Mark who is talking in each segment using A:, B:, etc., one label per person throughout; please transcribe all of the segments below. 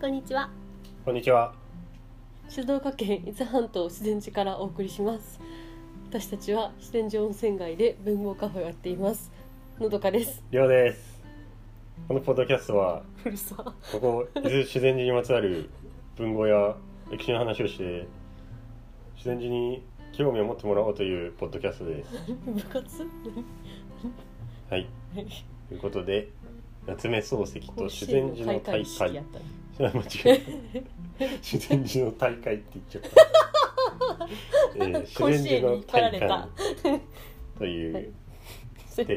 A: こんにちは
B: こんにちは。
C: 静岡県伊豆半島自然寺からお送りします私たちは自然寺温泉街で文豪カフェをやっていますのどかです
B: りょうです。このポッドキャストは、
C: うるさ
B: ここ、伊豆自 然寺にまつわる文豪や歴史の話をして、自然寺に興味を持ってもらおうというポッドキャストです。
C: 部活
B: はい。ということで、夏目漱石と
C: 甲
B: 自
C: 子園
B: 然寺の大
C: 開会式
B: 会。
C: やっ
B: あ
C: たね
B: 間違え た。自然寺の大会って言っちゃった。えー
C: 甲子園に引っ張られた
B: と
C: はいいう
B: 体で、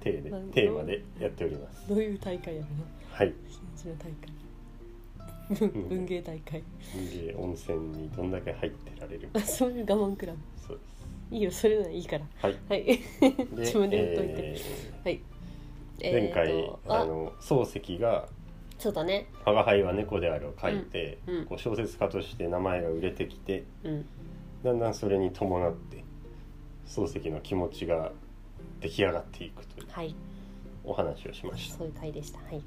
B: 体で、テーマでやっております。
C: どういう大会やろな
B: はい。
C: 自然寺の大会文文芸大会
B: 人間温泉にどんだけ入ってられる
C: あ
B: か
C: そういう我慢クラブ
B: そうで
C: いいよそれならいいから
B: はい
C: はい
B: す
C: 自分で言っといて、
B: え
C: はい
B: ー前回、
C: えーと
B: あ
C: あ
B: の漱石が
C: そうだね
B: 「吾輩は猫である」を書いて、
C: うんうん
B: こう小説家として名前が売れてきて
C: うん
B: だんだんそれに伴って漱石の気持ちが出来上がっていくという
C: はい
B: お話をしました
C: そういう回でしたはい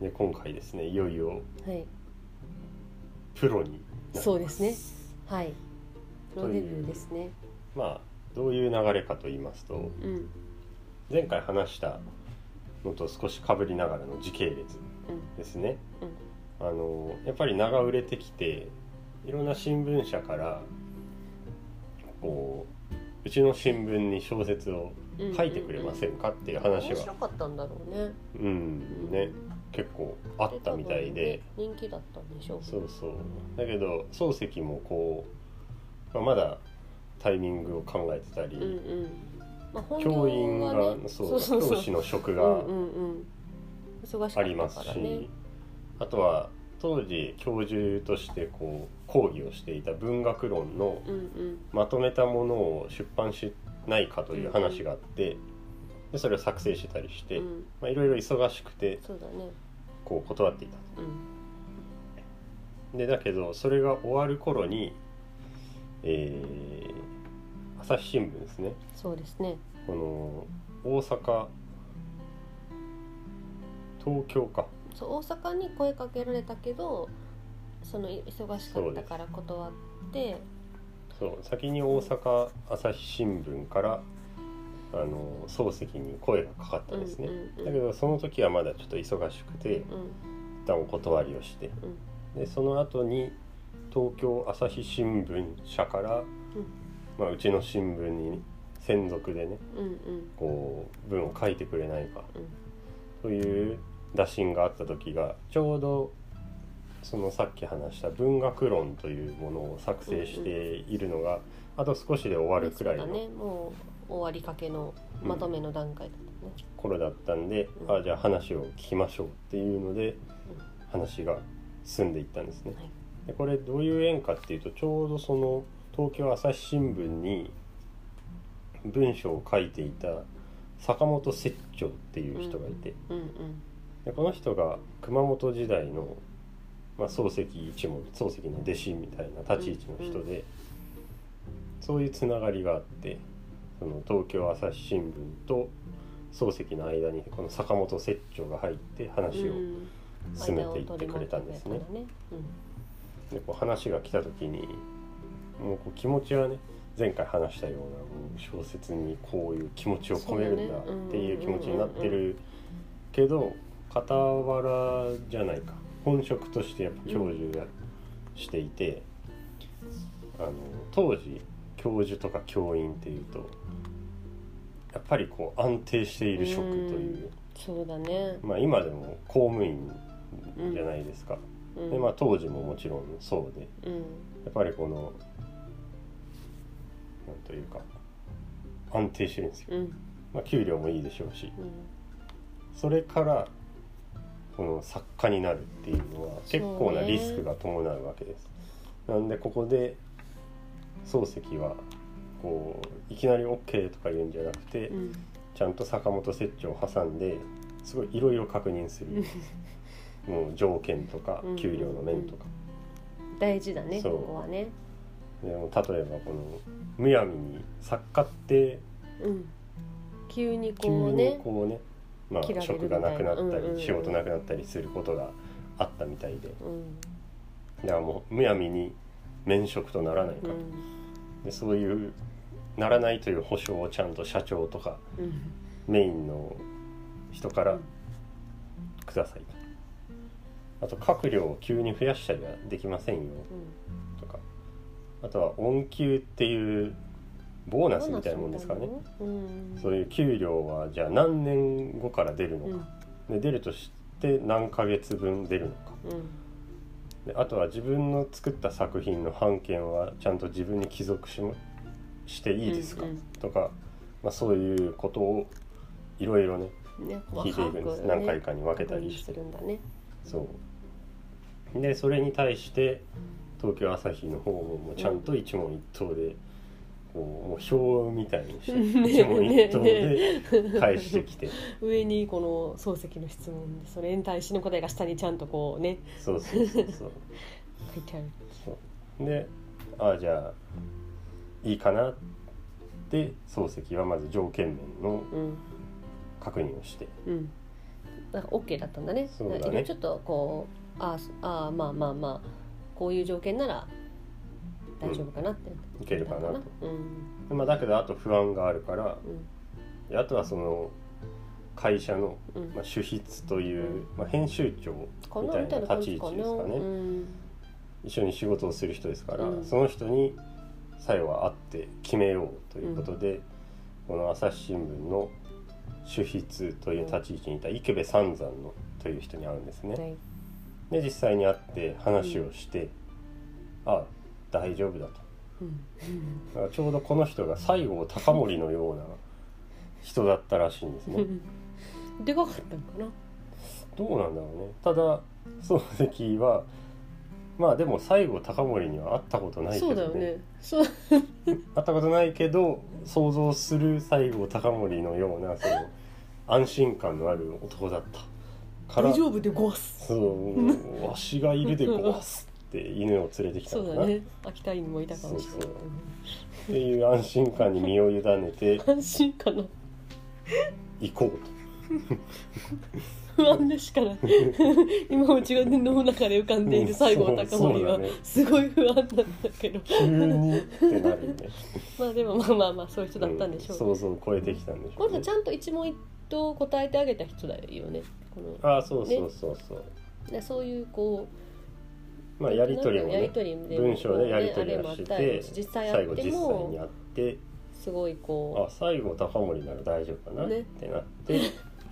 B: で今回ですねいよいよ
C: はい
B: プロにな
C: そうですねはいプロ
B: と
C: デ
B: いう
C: ビューですね
B: まあどういう流れかと言いますと
C: うんうん
B: 前回話したのと少しかぶりながらの時系列ですね、あのやっぱり名が売れてきていろんな新聞社からこううちの新聞に小説を
C: うん
B: 書いてくれませんかっていう話
C: 面白
B: は、
C: かったんだろうね
B: うんね、結構あったみたいで
C: 人気だったんでしょう
B: そうそうだけど漱石もこう、まあ、まだタイミングを考えてたり、
C: うんうんまあ本業
B: 教員
C: は
B: が、
C: ね
B: そう教師の職
C: う
B: が、
C: んうんうん忙しか
B: あ
C: っ
B: りま
C: た
B: す
C: か
B: し、
C: らね
B: あとは当時教授としてこう講義をしていた文学論の
C: うんうん
B: まとめたものを出版しないかという話があってでそれを作成してたりし
C: う
B: て
C: ん
B: まあいろいろ忙しくて
C: そうだね
B: こう断っていた
C: うん
B: とでだけどそれが終わる頃に、えー朝日新聞ですね
C: そうですね
B: この大阪東京か
C: そう大阪に声かけられたけどその忙しかったから断って
B: そう先に大阪朝日新聞からあの漱石に声がかかったんですね、
C: うんうんうん
B: だけどその時はまだちょっと忙しくて
C: うん
B: 一旦お断りをして
C: うん
B: でその後に東京朝日新聞社から、うまあ、うちの新聞に専属でね
C: うんうん
B: こう文を書いてくれないか
C: うん
B: という打診があった時がちょうどそのさっき話した文学論というものを作成しているのが、あと少しで終わるくらい
C: そう
B: の
C: だねもう終わりかけの
B: うん
C: まとめの段階だったね、
B: 頃だったんで、
C: うん
B: あじゃあ話を聞きましょうっていうので、話が進んでいったんですね。
C: はい
B: でこれどういう縁かっていうとちょうどその東京朝日新聞に文章を書いていた坂本摂長っていう人がいて、
C: うん
B: でこの人が熊本時代の、まあ、漱石一門漱石の弟子みたいな立ち位置の人で、そういうつながりがあってその東京朝日新聞と漱石の間にこの坂本摂長が入って
C: うん
B: 話
C: う
B: を
C: ん
B: 進めていってくれたんですね。でこう話が来た時にもうこう気持ちはね前回話したようなもう小説にこういう気持ちを込めるんだ
C: そうだね
B: っていう気持ちになってるけど傍らじゃないか本職としてやっぱ教授がしていて、あの当時教授とか教員っていうとやっぱりこう安定している職という、
C: そうだね
B: まあ今でも公務員じゃないですか、
C: うん
B: でまあ当時ももちろんそうで。
C: うん
B: やっぱりこのなんというか安定してるんですよ、
C: うん
B: まあ、給料もいいでしょうし
C: うん
B: それからこの作家になるっていうのは結構なリスクが伴うわけです、なんでここで漱石はこういきなり OK とか言うんじゃなくて、
C: うん
B: ちゃんと坂本摂長を挟んですごいいろいろ確認する、もう条件とか
C: うん
B: 給料の面とか、
C: 大事だね
B: そ
C: こ
B: う
C: こはね
B: でも例えばこのむやみに作家って
C: うん急に
B: 急
C: こう
B: に
C: ね
B: こうね、ま
C: 切ら
B: あ、
C: れる
B: 職がなくなった
C: みたいなうんうんう
B: り
C: ん
B: 仕事なくなったりすることがあったみたいで
C: うん
B: だからもうむやみに免職とならない
C: う
B: かと、
C: ん
B: でそういうならないという保証をちゃんと社長とか
C: うん
B: メインの人からくださいあと閣僚を急に増やしたりはできませんよ
C: うん
B: とかあとは恩給っていうボーナスみたいなもんですからね
C: うん
B: そういう給料はじゃあ何年後から出る
C: うん
B: のか、で出るとして何ヶ月分出るのか
C: うん
B: であとは自分の作った作品の版権はちゃんと自分に帰属しもしていいですか、
C: うんうん
B: とか、まあ、そういうことをいろいろね
C: ね
B: 聞いていくんで
C: 細
B: す、
C: かくね
B: 何回かに分けたりし
C: す
B: て
C: るんだね
B: そうでそれに対して東京朝日の方もちゃんと一問一答で、こうもう表みたいにして、
C: ね
B: 一問一答で返してきて、
C: 上にこの漱石の質問でそれに対しての答えが下にちゃんとこうね
B: そうそうそうそう
C: 書いてある
B: そうでああじゃあいいかなって漱石はまず条件面の
C: うん
B: 確認をして
C: うんなんか OK だったんだね
B: そうだね
C: なんかちょっとこうあーそあーまあまあまあこういう条件なら大丈夫かなって、
B: いけるか
C: う
B: なと、
C: ん
B: でまあ、だけどあと不安があるから
C: うん
B: であとはその会社の、
C: うん
B: まあ、主筆という、まあ、編集長
C: か
B: み
C: な
B: た
C: み
B: い
C: たい
B: な
C: な感
B: 立ち
C: じ
B: 位
C: か
B: 置
C: な
B: ですかね、
C: うん
B: 一緒に仕事をする人ですから、
C: うん
B: その人に最後は会って決めようということで、この朝日新聞の主筆という立ち位置にいた池部三山のという人に会うんですね。
C: はい
B: で実際に会って話をして、あ大丈夫だと
C: うん
B: だからちょうどこの人が西郷隆盛のような人だったらしいんですね
C: でかかったのかな
B: どうなんだろうねただ漱石はまあでも西郷隆盛には会ったことないけ
C: そうだ
B: ど
C: よ
B: ね
C: ねそう
B: 会ったことないけど想像する西郷隆盛のようなその安心感のある男だったから
C: 大丈夫でごわす
B: そうわしがいるでごわすって犬を連れてきた
C: そ
B: のか
C: う
B: な
C: だね秋田犬もいたかもしれない
B: そうっていう安心感に身を委ねて
C: 安心かな
B: 行こう
C: 不安でしかない 今うちがの中で浮かんでいる西郷隆盛は
B: うんそうそうだね
C: すごい不安なんだけど
B: と急にってなるよね
C: まあでもまあまあまあそういう人だったんでしょう、
B: 想像を超えてきたんでし
C: こ
B: ょ
C: の
B: う、ね
C: 人ち、ゃんと一問一答答えてあげた人だよねこの
B: ああそうそうそうそう、
C: でそういうこう
B: まあやり取りも
C: やり
B: ね
C: とりで
B: 文章でやり取り
C: あれもあ
B: を
C: っ
B: した
C: り
B: て
C: 実際あ
B: 最
C: っ
B: 後
C: て
B: 実際に
C: も
B: 会って
C: すごい
B: あ
C: こ
B: 最後高森なら大丈夫かな、
C: ね
B: ってなって
C: う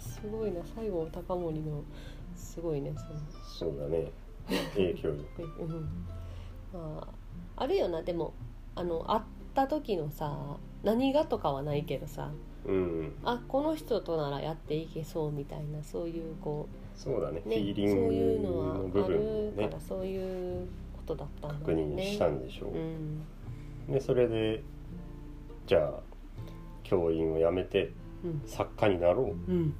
C: すごいな西郷隆盛のすごいねその
B: そうだね影響力
C: うんまあ、あるよなでもあの会った時のさ何がとかはないけどさ
B: うん
C: あこの人とならやっていけそうみたいなそういうこ
B: そうだね
C: う、
B: フ
C: ね、
B: ィーリ
C: そうい
B: ン
C: う
B: グの
C: の
B: 部
C: はあ
B: 分を
C: る
B: ね
C: からそういうことだったんだ
B: 確
C: よ
B: 認
C: ね。
B: したんでしょう、
C: うん
B: でそれでじゃあ教員を辞めて
C: うん
B: 作家になろう
C: うん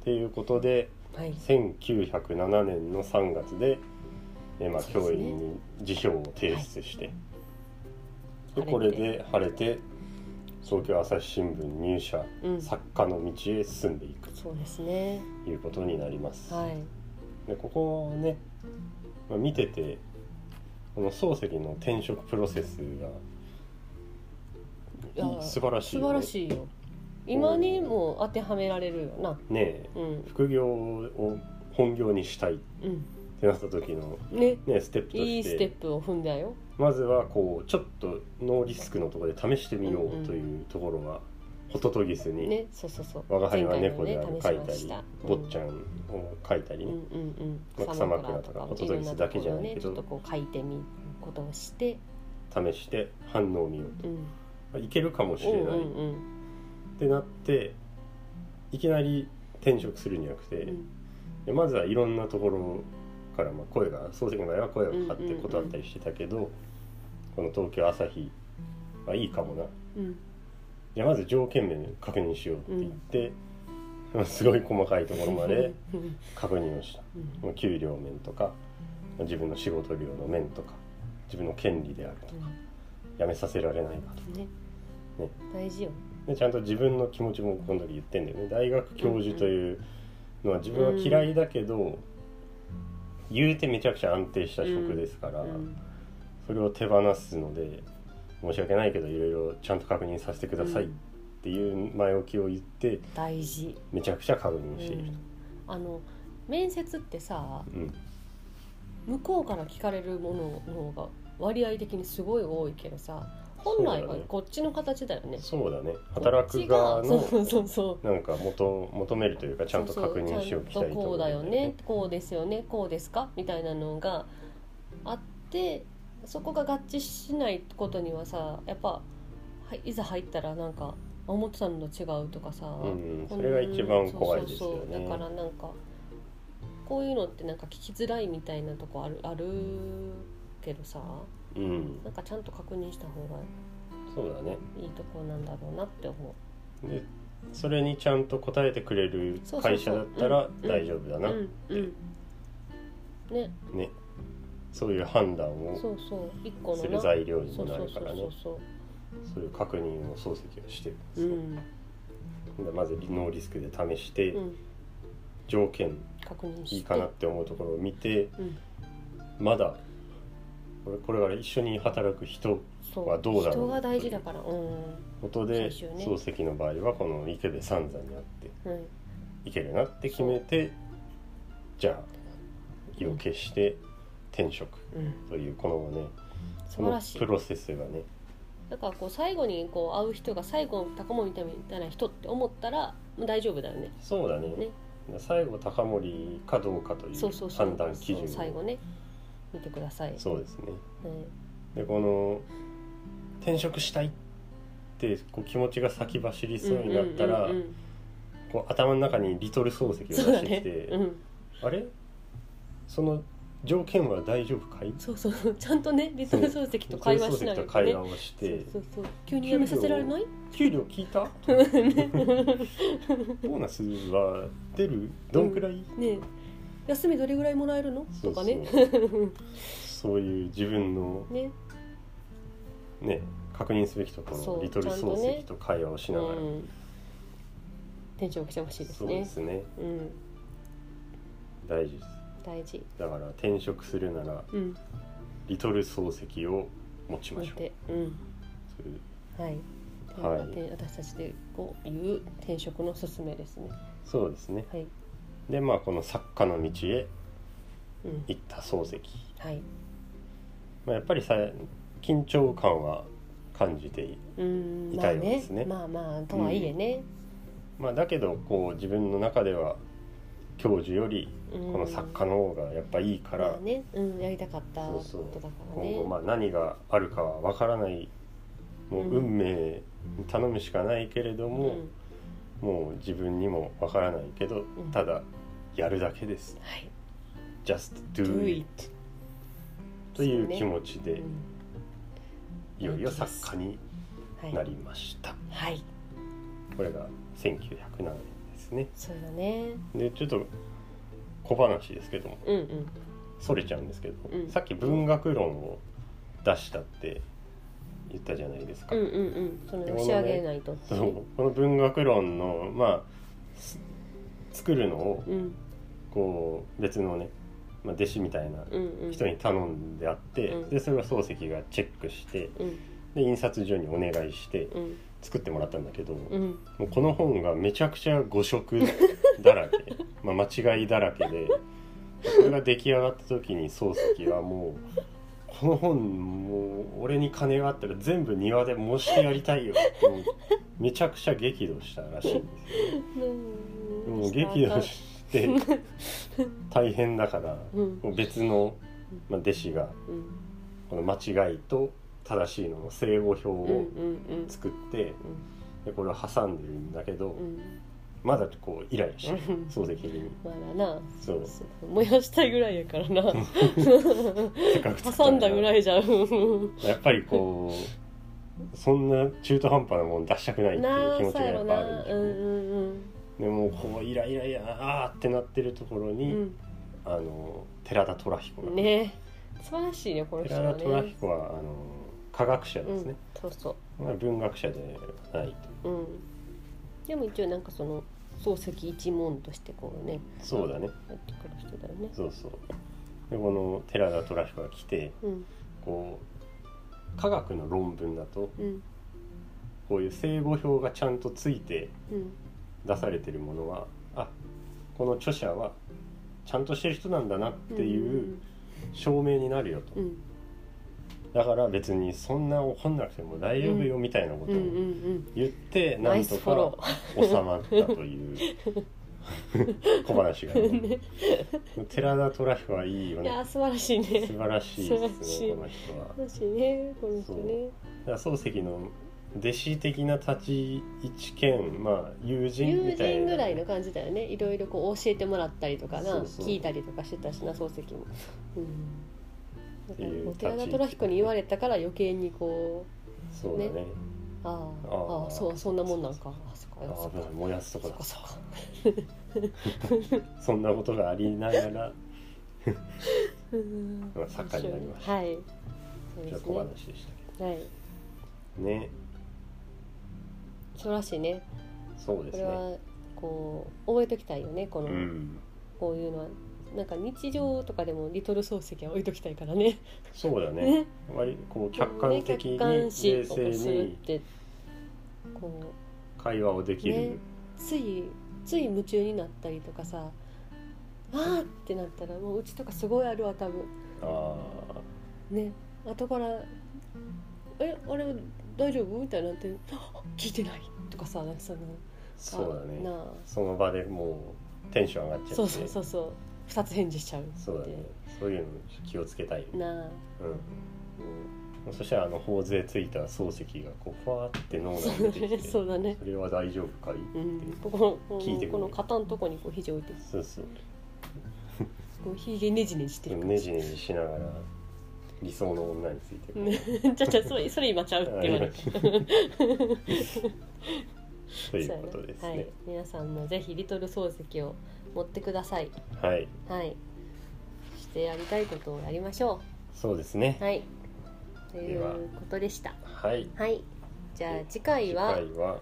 B: っていうことで
C: はい、
B: 1907年の3月で、えまあ、
C: そうです
B: 教
C: ね
B: 員に辞表を提出して、
C: はい
B: でこれで晴れて東京朝日新聞入社
C: うん、
B: 作家の道へ進んでいく
C: そうですね
B: ということになります。
C: はい
B: でここをね、まあ、見ててこの漱石の転職プロセス
C: いや
B: がいい素晴らしい
C: 素
B: よ
C: 晴
B: ね
C: らしいよ今にも当てはめられるよな
B: ねえ
C: うん
B: 副業を本業にしたいっ
C: うん
B: てなった時の、
C: ね
B: ね、ステップとして
C: いいステップを踏んだよ
B: まずはこうちょっとノーリスクのところで試してみよ
C: うんう
B: うんというところがホトトギスに、
C: ね、そうそうそう。
B: 我が輩は猫である」
C: 前
B: 書
C: 回
B: い
C: のね
B: た
C: 試しまし
B: り
C: た
B: 「坊ちゃん」を書いたり
C: うんう
B: ね、
C: んうん。
B: 草枕とか
C: も
B: ホトトギスだけじゃない
C: ろんところをね
B: け
C: ちょ
B: ど
C: っとこう書いてみることをして、
B: 試して反応を見よう
C: うん、
B: まあいけるかもし
C: う
B: れ
C: ん
B: ない、
C: うん
B: っ、てなっていきなり転職するんじゃなくて、
C: うん
B: でまずはいろんなところからまあ声が漱石の場合は声がかかって断ったりしてたけど、この東京朝日、まあ、いいかもな
C: うん、
B: じゃあまず条件面確認しようって言って、すごい細かいところま で
C: うん
B: 確認をした
C: うん
B: もう給料面とか自分の仕事量の面とか自分の権利であると辞めさせられないかと
C: ね
B: ね
C: 大事よ。
B: でちゃんと自分の気持ちもこの時言ってんだよね大学教授というのは自分は嫌いだけど、言うてめちゃくちゃ安定した職ですから、
C: うん
B: それを手放すので申し訳ないけどいろいろちゃんと確認させてくださいっ
C: うん
B: ていう前置きを言って
C: 大事、
B: めちゃくちゃ確
C: う
B: 認している
C: ん、あの面接ってさ
B: と、うん
C: 向こうから聞かれるものの方が割合的にすごい多いけどさ本来はこっちの形だよね
B: そうだね働く側
C: こっ
B: の
C: ちがそうそうそう
B: なんか求求めるというかちゃんと確認しておきたい
C: そうそうちゃん
B: と
C: とこ
B: ころ
C: うだよねこうですよねこうですかみたいなのがあってそこが合致しないことにはさやっぱはいいざ入ったらなんか思ってたのと違うとかさ、
B: うんそれが一番怖いですよ
C: そ
B: ね
C: うそうそうだからなんかこういうのってなんか聞きづらいみたいなとこあるあるけどさ
B: うん
C: なんかちゃんと確認した方が
B: そうだね
C: いいとこなんだろうなって思
B: でそれにちゃんと答えてくれる会社だったら
C: そうそうそううん
B: 大丈夫だ
C: う。
B: な
C: うんうんね、
B: ねそういう判断を
C: そうそう一個の
B: す
C: な
B: る材料に
C: そう
B: もな
C: そう
B: る
C: そ
B: か
C: う
B: らね
C: そうそ
B: そういう確認を漱石はしてるんで
C: うう
B: すね
C: ん、
B: でまずノーリスクで試して
C: うん、
B: 条件
C: 確認して
B: いいかなって思うところを見て
C: うん、
B: まだこれこれから一緒に働く人
C: そう
B: はどうだろう
C: 人が大事だからうん
B: ことで
C: 最終ね
B: 漱石の場合はこの池部三山にあって
C: うん
B: いけるなって決めてじゃあ意を決して転職
C: うん
B: というこのね
C: 素晴
B: この
C: らしい
B: プロセスがね
C: だからこう最後にこう会う人が最後の高森みたいな人って思ったらもう大丈夫だよね
B: そうだね
C: ね
B: 最後高森かどうかとい
C: そうそう
B: う
C: そう
B: 判断基準を
C: そう最後ね見てください
B: そうですね
C: うん
B: でこの転職したいってこう気持ちが先走りそうになったら
C: うんうんうん
B: こう頭の中にリトル漱石を出
C: そうだ
B: して
C: ね
B: きて、
C: うん
B: あれその条件は大丈夫かい
C: そうそうちゃんとねリトル漱石と会話しないと
B: リトル漱石と
C: ね
B: 会話をして
C: そうそうそう急に辞めさせられない
B: 給料聞いた ボーナスは出るどんくらい、
C: ねえ休みどれぐらいもらえるの
B: そ
C: と
B: うそ
C: か
B: う
C: ね
B: そういう自分の
C: ね
B: ね確認すべきとこ
C: そ
B: ろ
C: う
B: リトル漱石と会話をしながら、
C: うん、店長来てほしいです
B: そう
C: ね
B: ですね
C: うん
B: 大事です
C: 大事
B: だから転職するなら
C: うん
B: リトル漱石を持ちま
C: 見
B: しょう
C: てうん
B: そういう
C: はいという
B: はい
C: ので私たちでこういう転職のすすめですね
B: そうですね
C: はい
B: でまあこの作家の道へ
C: うん
B: 行った漱石、
C: はい
B: まあ、やっぱりさ緊張感は感じている
C: うんま
B: 痛
C: あ
B: いわけ
C: ね
B: ですね
C: まあまあとはいえね、
B: まあ、だけどこう自分の中では教授より
C: うん
B: この作家の方がやっぱいいか、
C: からね、うん、やりたかった
B: そう
C: こ
B: そう
C: とだから
B: 今後ま
C: ね
B: あ何があるかはわからないもう
C: うん
B: 運命に頼むしかないけれど
C: う
B: も、
C: ん
B: もう自分にもわからないけど、
C: うん
B: ただやるだけです
C: はい
B: Just
C: Do
B: do it
C: it
B: という
C: そうね
B: 気持ちで、
C: うん
B: いよいよ作家に
C: はい
B: なりました、
C: はい
B: これが1907年ですね
C: そうだね
B: でちょっと小話ですけども
C: うんうん
B: それちゃうんですけど、
C: うん
B: さっき文学論を出したって言ったじゃないですか、
C: うんうんうんその押し上げないとって
B: そ
C: ね
B: うこの文学論のまあす作るのを
C: うん
B: こう別のね、まあ、弟子みたいな
C: うんうん
B: 人に頼んであって、
C: うん
B: でそれを漱石がチェックして
C: うん
B: で印刷所にお願いして
C: うん
B: 作ってもらったんだけど、も
C: うん
B: うこの本がめちゃくちゃ誤色だ らけまあ間違いだらけでこれが出来上がった時に漱石はもう。この本もう俺に金があったら全部庭で模してやりたいよってもうめちゃくちゃ激怒したらしいんですよね
C: うん
B: もう激怒して大変だから
C: うん
B: もう別の、まあ、弟子が
C: うん
B: この間違いと正しいのの整合表
C: うんうん
B: を
C: うん
B: 作ってでこれを挟んでるんだけど
C: うん
B: まだこうイライラしてる
C: うん
B: 漱石に
C: まだな
B: そう
C: そう燃やしたいぐらいやから な
B: せっかく作った
C: 挟
B: の
C: ん
B: に
C: だぐらいじゃん
B: やっぱりこうそんな中途半端なもん出したくないってい
C: な
B: う気持
C: あ
B: ち
C: さ
B: が
C: や
B: や
C: ろ
B: っぱあ
C: な
B: るんでし
C: う
B: ょうね
C: んうん
B: でもうこうイライライラあーってなってるところ
C: う
B: に、
C: ん
B: あの寺田虎彦
C: う
B: が
C: んねえ素晴らしいねこの人
B: 寺
C: は
B: 田虎
C: ね
B: 彦はあの科学者
C: う
B: ですね
C: ん、そうそう
B: まあ、文学者ではないと
C: うん、でも一応なんかその漱石一門としてこうね
B: そうだね
C: やってくる人だよね。
B: そうそうでこの寺田寅彦が来て
C: うん
B: こう科学の論文だと
C: うん
B: こういう正誤表がちゃんとついて
C: うん
B: 出されてるものはあこの著者はちゃんとしてる人なんだなっていう証明になるよと、
C: うんうん
B: だから別にそんな怒んなくても大丈夫よみたいなこ
C: う
B: と
C: んう
B: を
C: ん
B: 言って
C: うんナ
B: な
C: イ
B: ん
C: ス
B: と
C: フォロ
B: か収まったという 小話が、
C: ー
B: ね、
C: ね
B: 寺田寅彦はいいよ
C: いや
B: ね
C: ー素晴らしい
B: 素
C: ね
B: 晴らしいです
C: 素晴らしい
B: ねこの人
C: 素晴らしいねこの人
B: は。
C: ね
B: だから漱石の弟子的な立ち位置兼、まあ、友人
C: 友
B: みたい
C: 人
B: な
C: ぐらいの感じだよねいろいろこう教えてもらったりとかな
B: そうそう
C: 聞いたりとかしてたしな漱石も、うん、だから
B: っていう
C: こう
B: 立ち位
C: 寺
B: 置
C: 田虎彦に言われたから余計にこう
B: そうだね
C: ねああ
B: あ
C: あ
B: あ
C: あそうそんなもんなんかあそっか
B: あ
C: そっ
B: 危
C: か
B: ない燃やすと
C: そ
B: か
C: っ
B: だ
C: かそっか
B: そんなことがありながら
C: うん
B: まあ作家になりまし
C: はいそう
B: ち
C: で
B: ょっ
C: す
B: と
C: ね
B: 小話でしたけ
C: はい
B: どね
C: そうらしいね
B: そう
C: こ
B: です
C: れ
B: ね
C: はこう覚えときたいよねこ
B: う
C: の、
B: ん
C: こういうのはなんか日常とかでもリトル漱石は置いときたいからね
B: そうだね
C: ね
B: 割りこう客観的に
C: 客観
B: 冷
C: 視を
B: 静
C: するっ
B: に
C: てこう
B: 会話をでき
C: ね
B: る
C: ついつい夢中になったりとかさあーってなったらもううちとかすごいあるわ多分
B: あ
C: ね後から「えあれ大丈夫?」みたいになって「あ聞いてない」とかさなんかその
B: ーそうだ
C: な
B: ね
C: あ
B: その場でもうテンション上がっちゃって
C: そうそうそうそう二つ返事しちゃうって
B: そうだねそういうの気をつけたいよね
C: なあ
B: うん
C: う
B: そしたらあの頬杖ついた漱石がこうファーって脳
C: ん
B: 内
C: そう
B: に
C: だ
B: 出て
C: ね
B: き て
C: そうだね
B: それは大丈夫かい
C: うんここの
B: 聞いてく
C: こ
B: れ
C: の肩のとこにこう肘置いて
B: そうそう
C: こうひげねじねじして
B: で
C: る
B: もねじねじしながら理想の女についてこう
C: ね じゃあじゃあそれ それ今ちゃうって言われて
B: ということです
C: はい
B: ね。、
C: 皆さんもぜひリトル漱石を持ってください
B: はい、
C: はいしてやりたいことをやりましょ
B: そうですね
C: う。はいとい
B: では
C: うことでした
B: はい。
C: はいじゃあ次回は
B: 次回は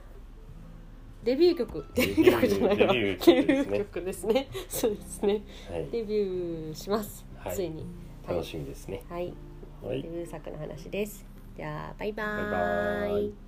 C: デビュー曲デ
B: デ
C: ビ
B: ビ
C: ュー
B: ュー
C: 曲じゃないわ
B: デビュー曲ですね
C: デビュー曲ですねそうですね
B: はい、
C: デビューします、
B: はい
C: ついに
B: 楽しみですね。
C: はい
B: はい
C: デビュー作の話ですじゃあバイバ
B: バイバーイ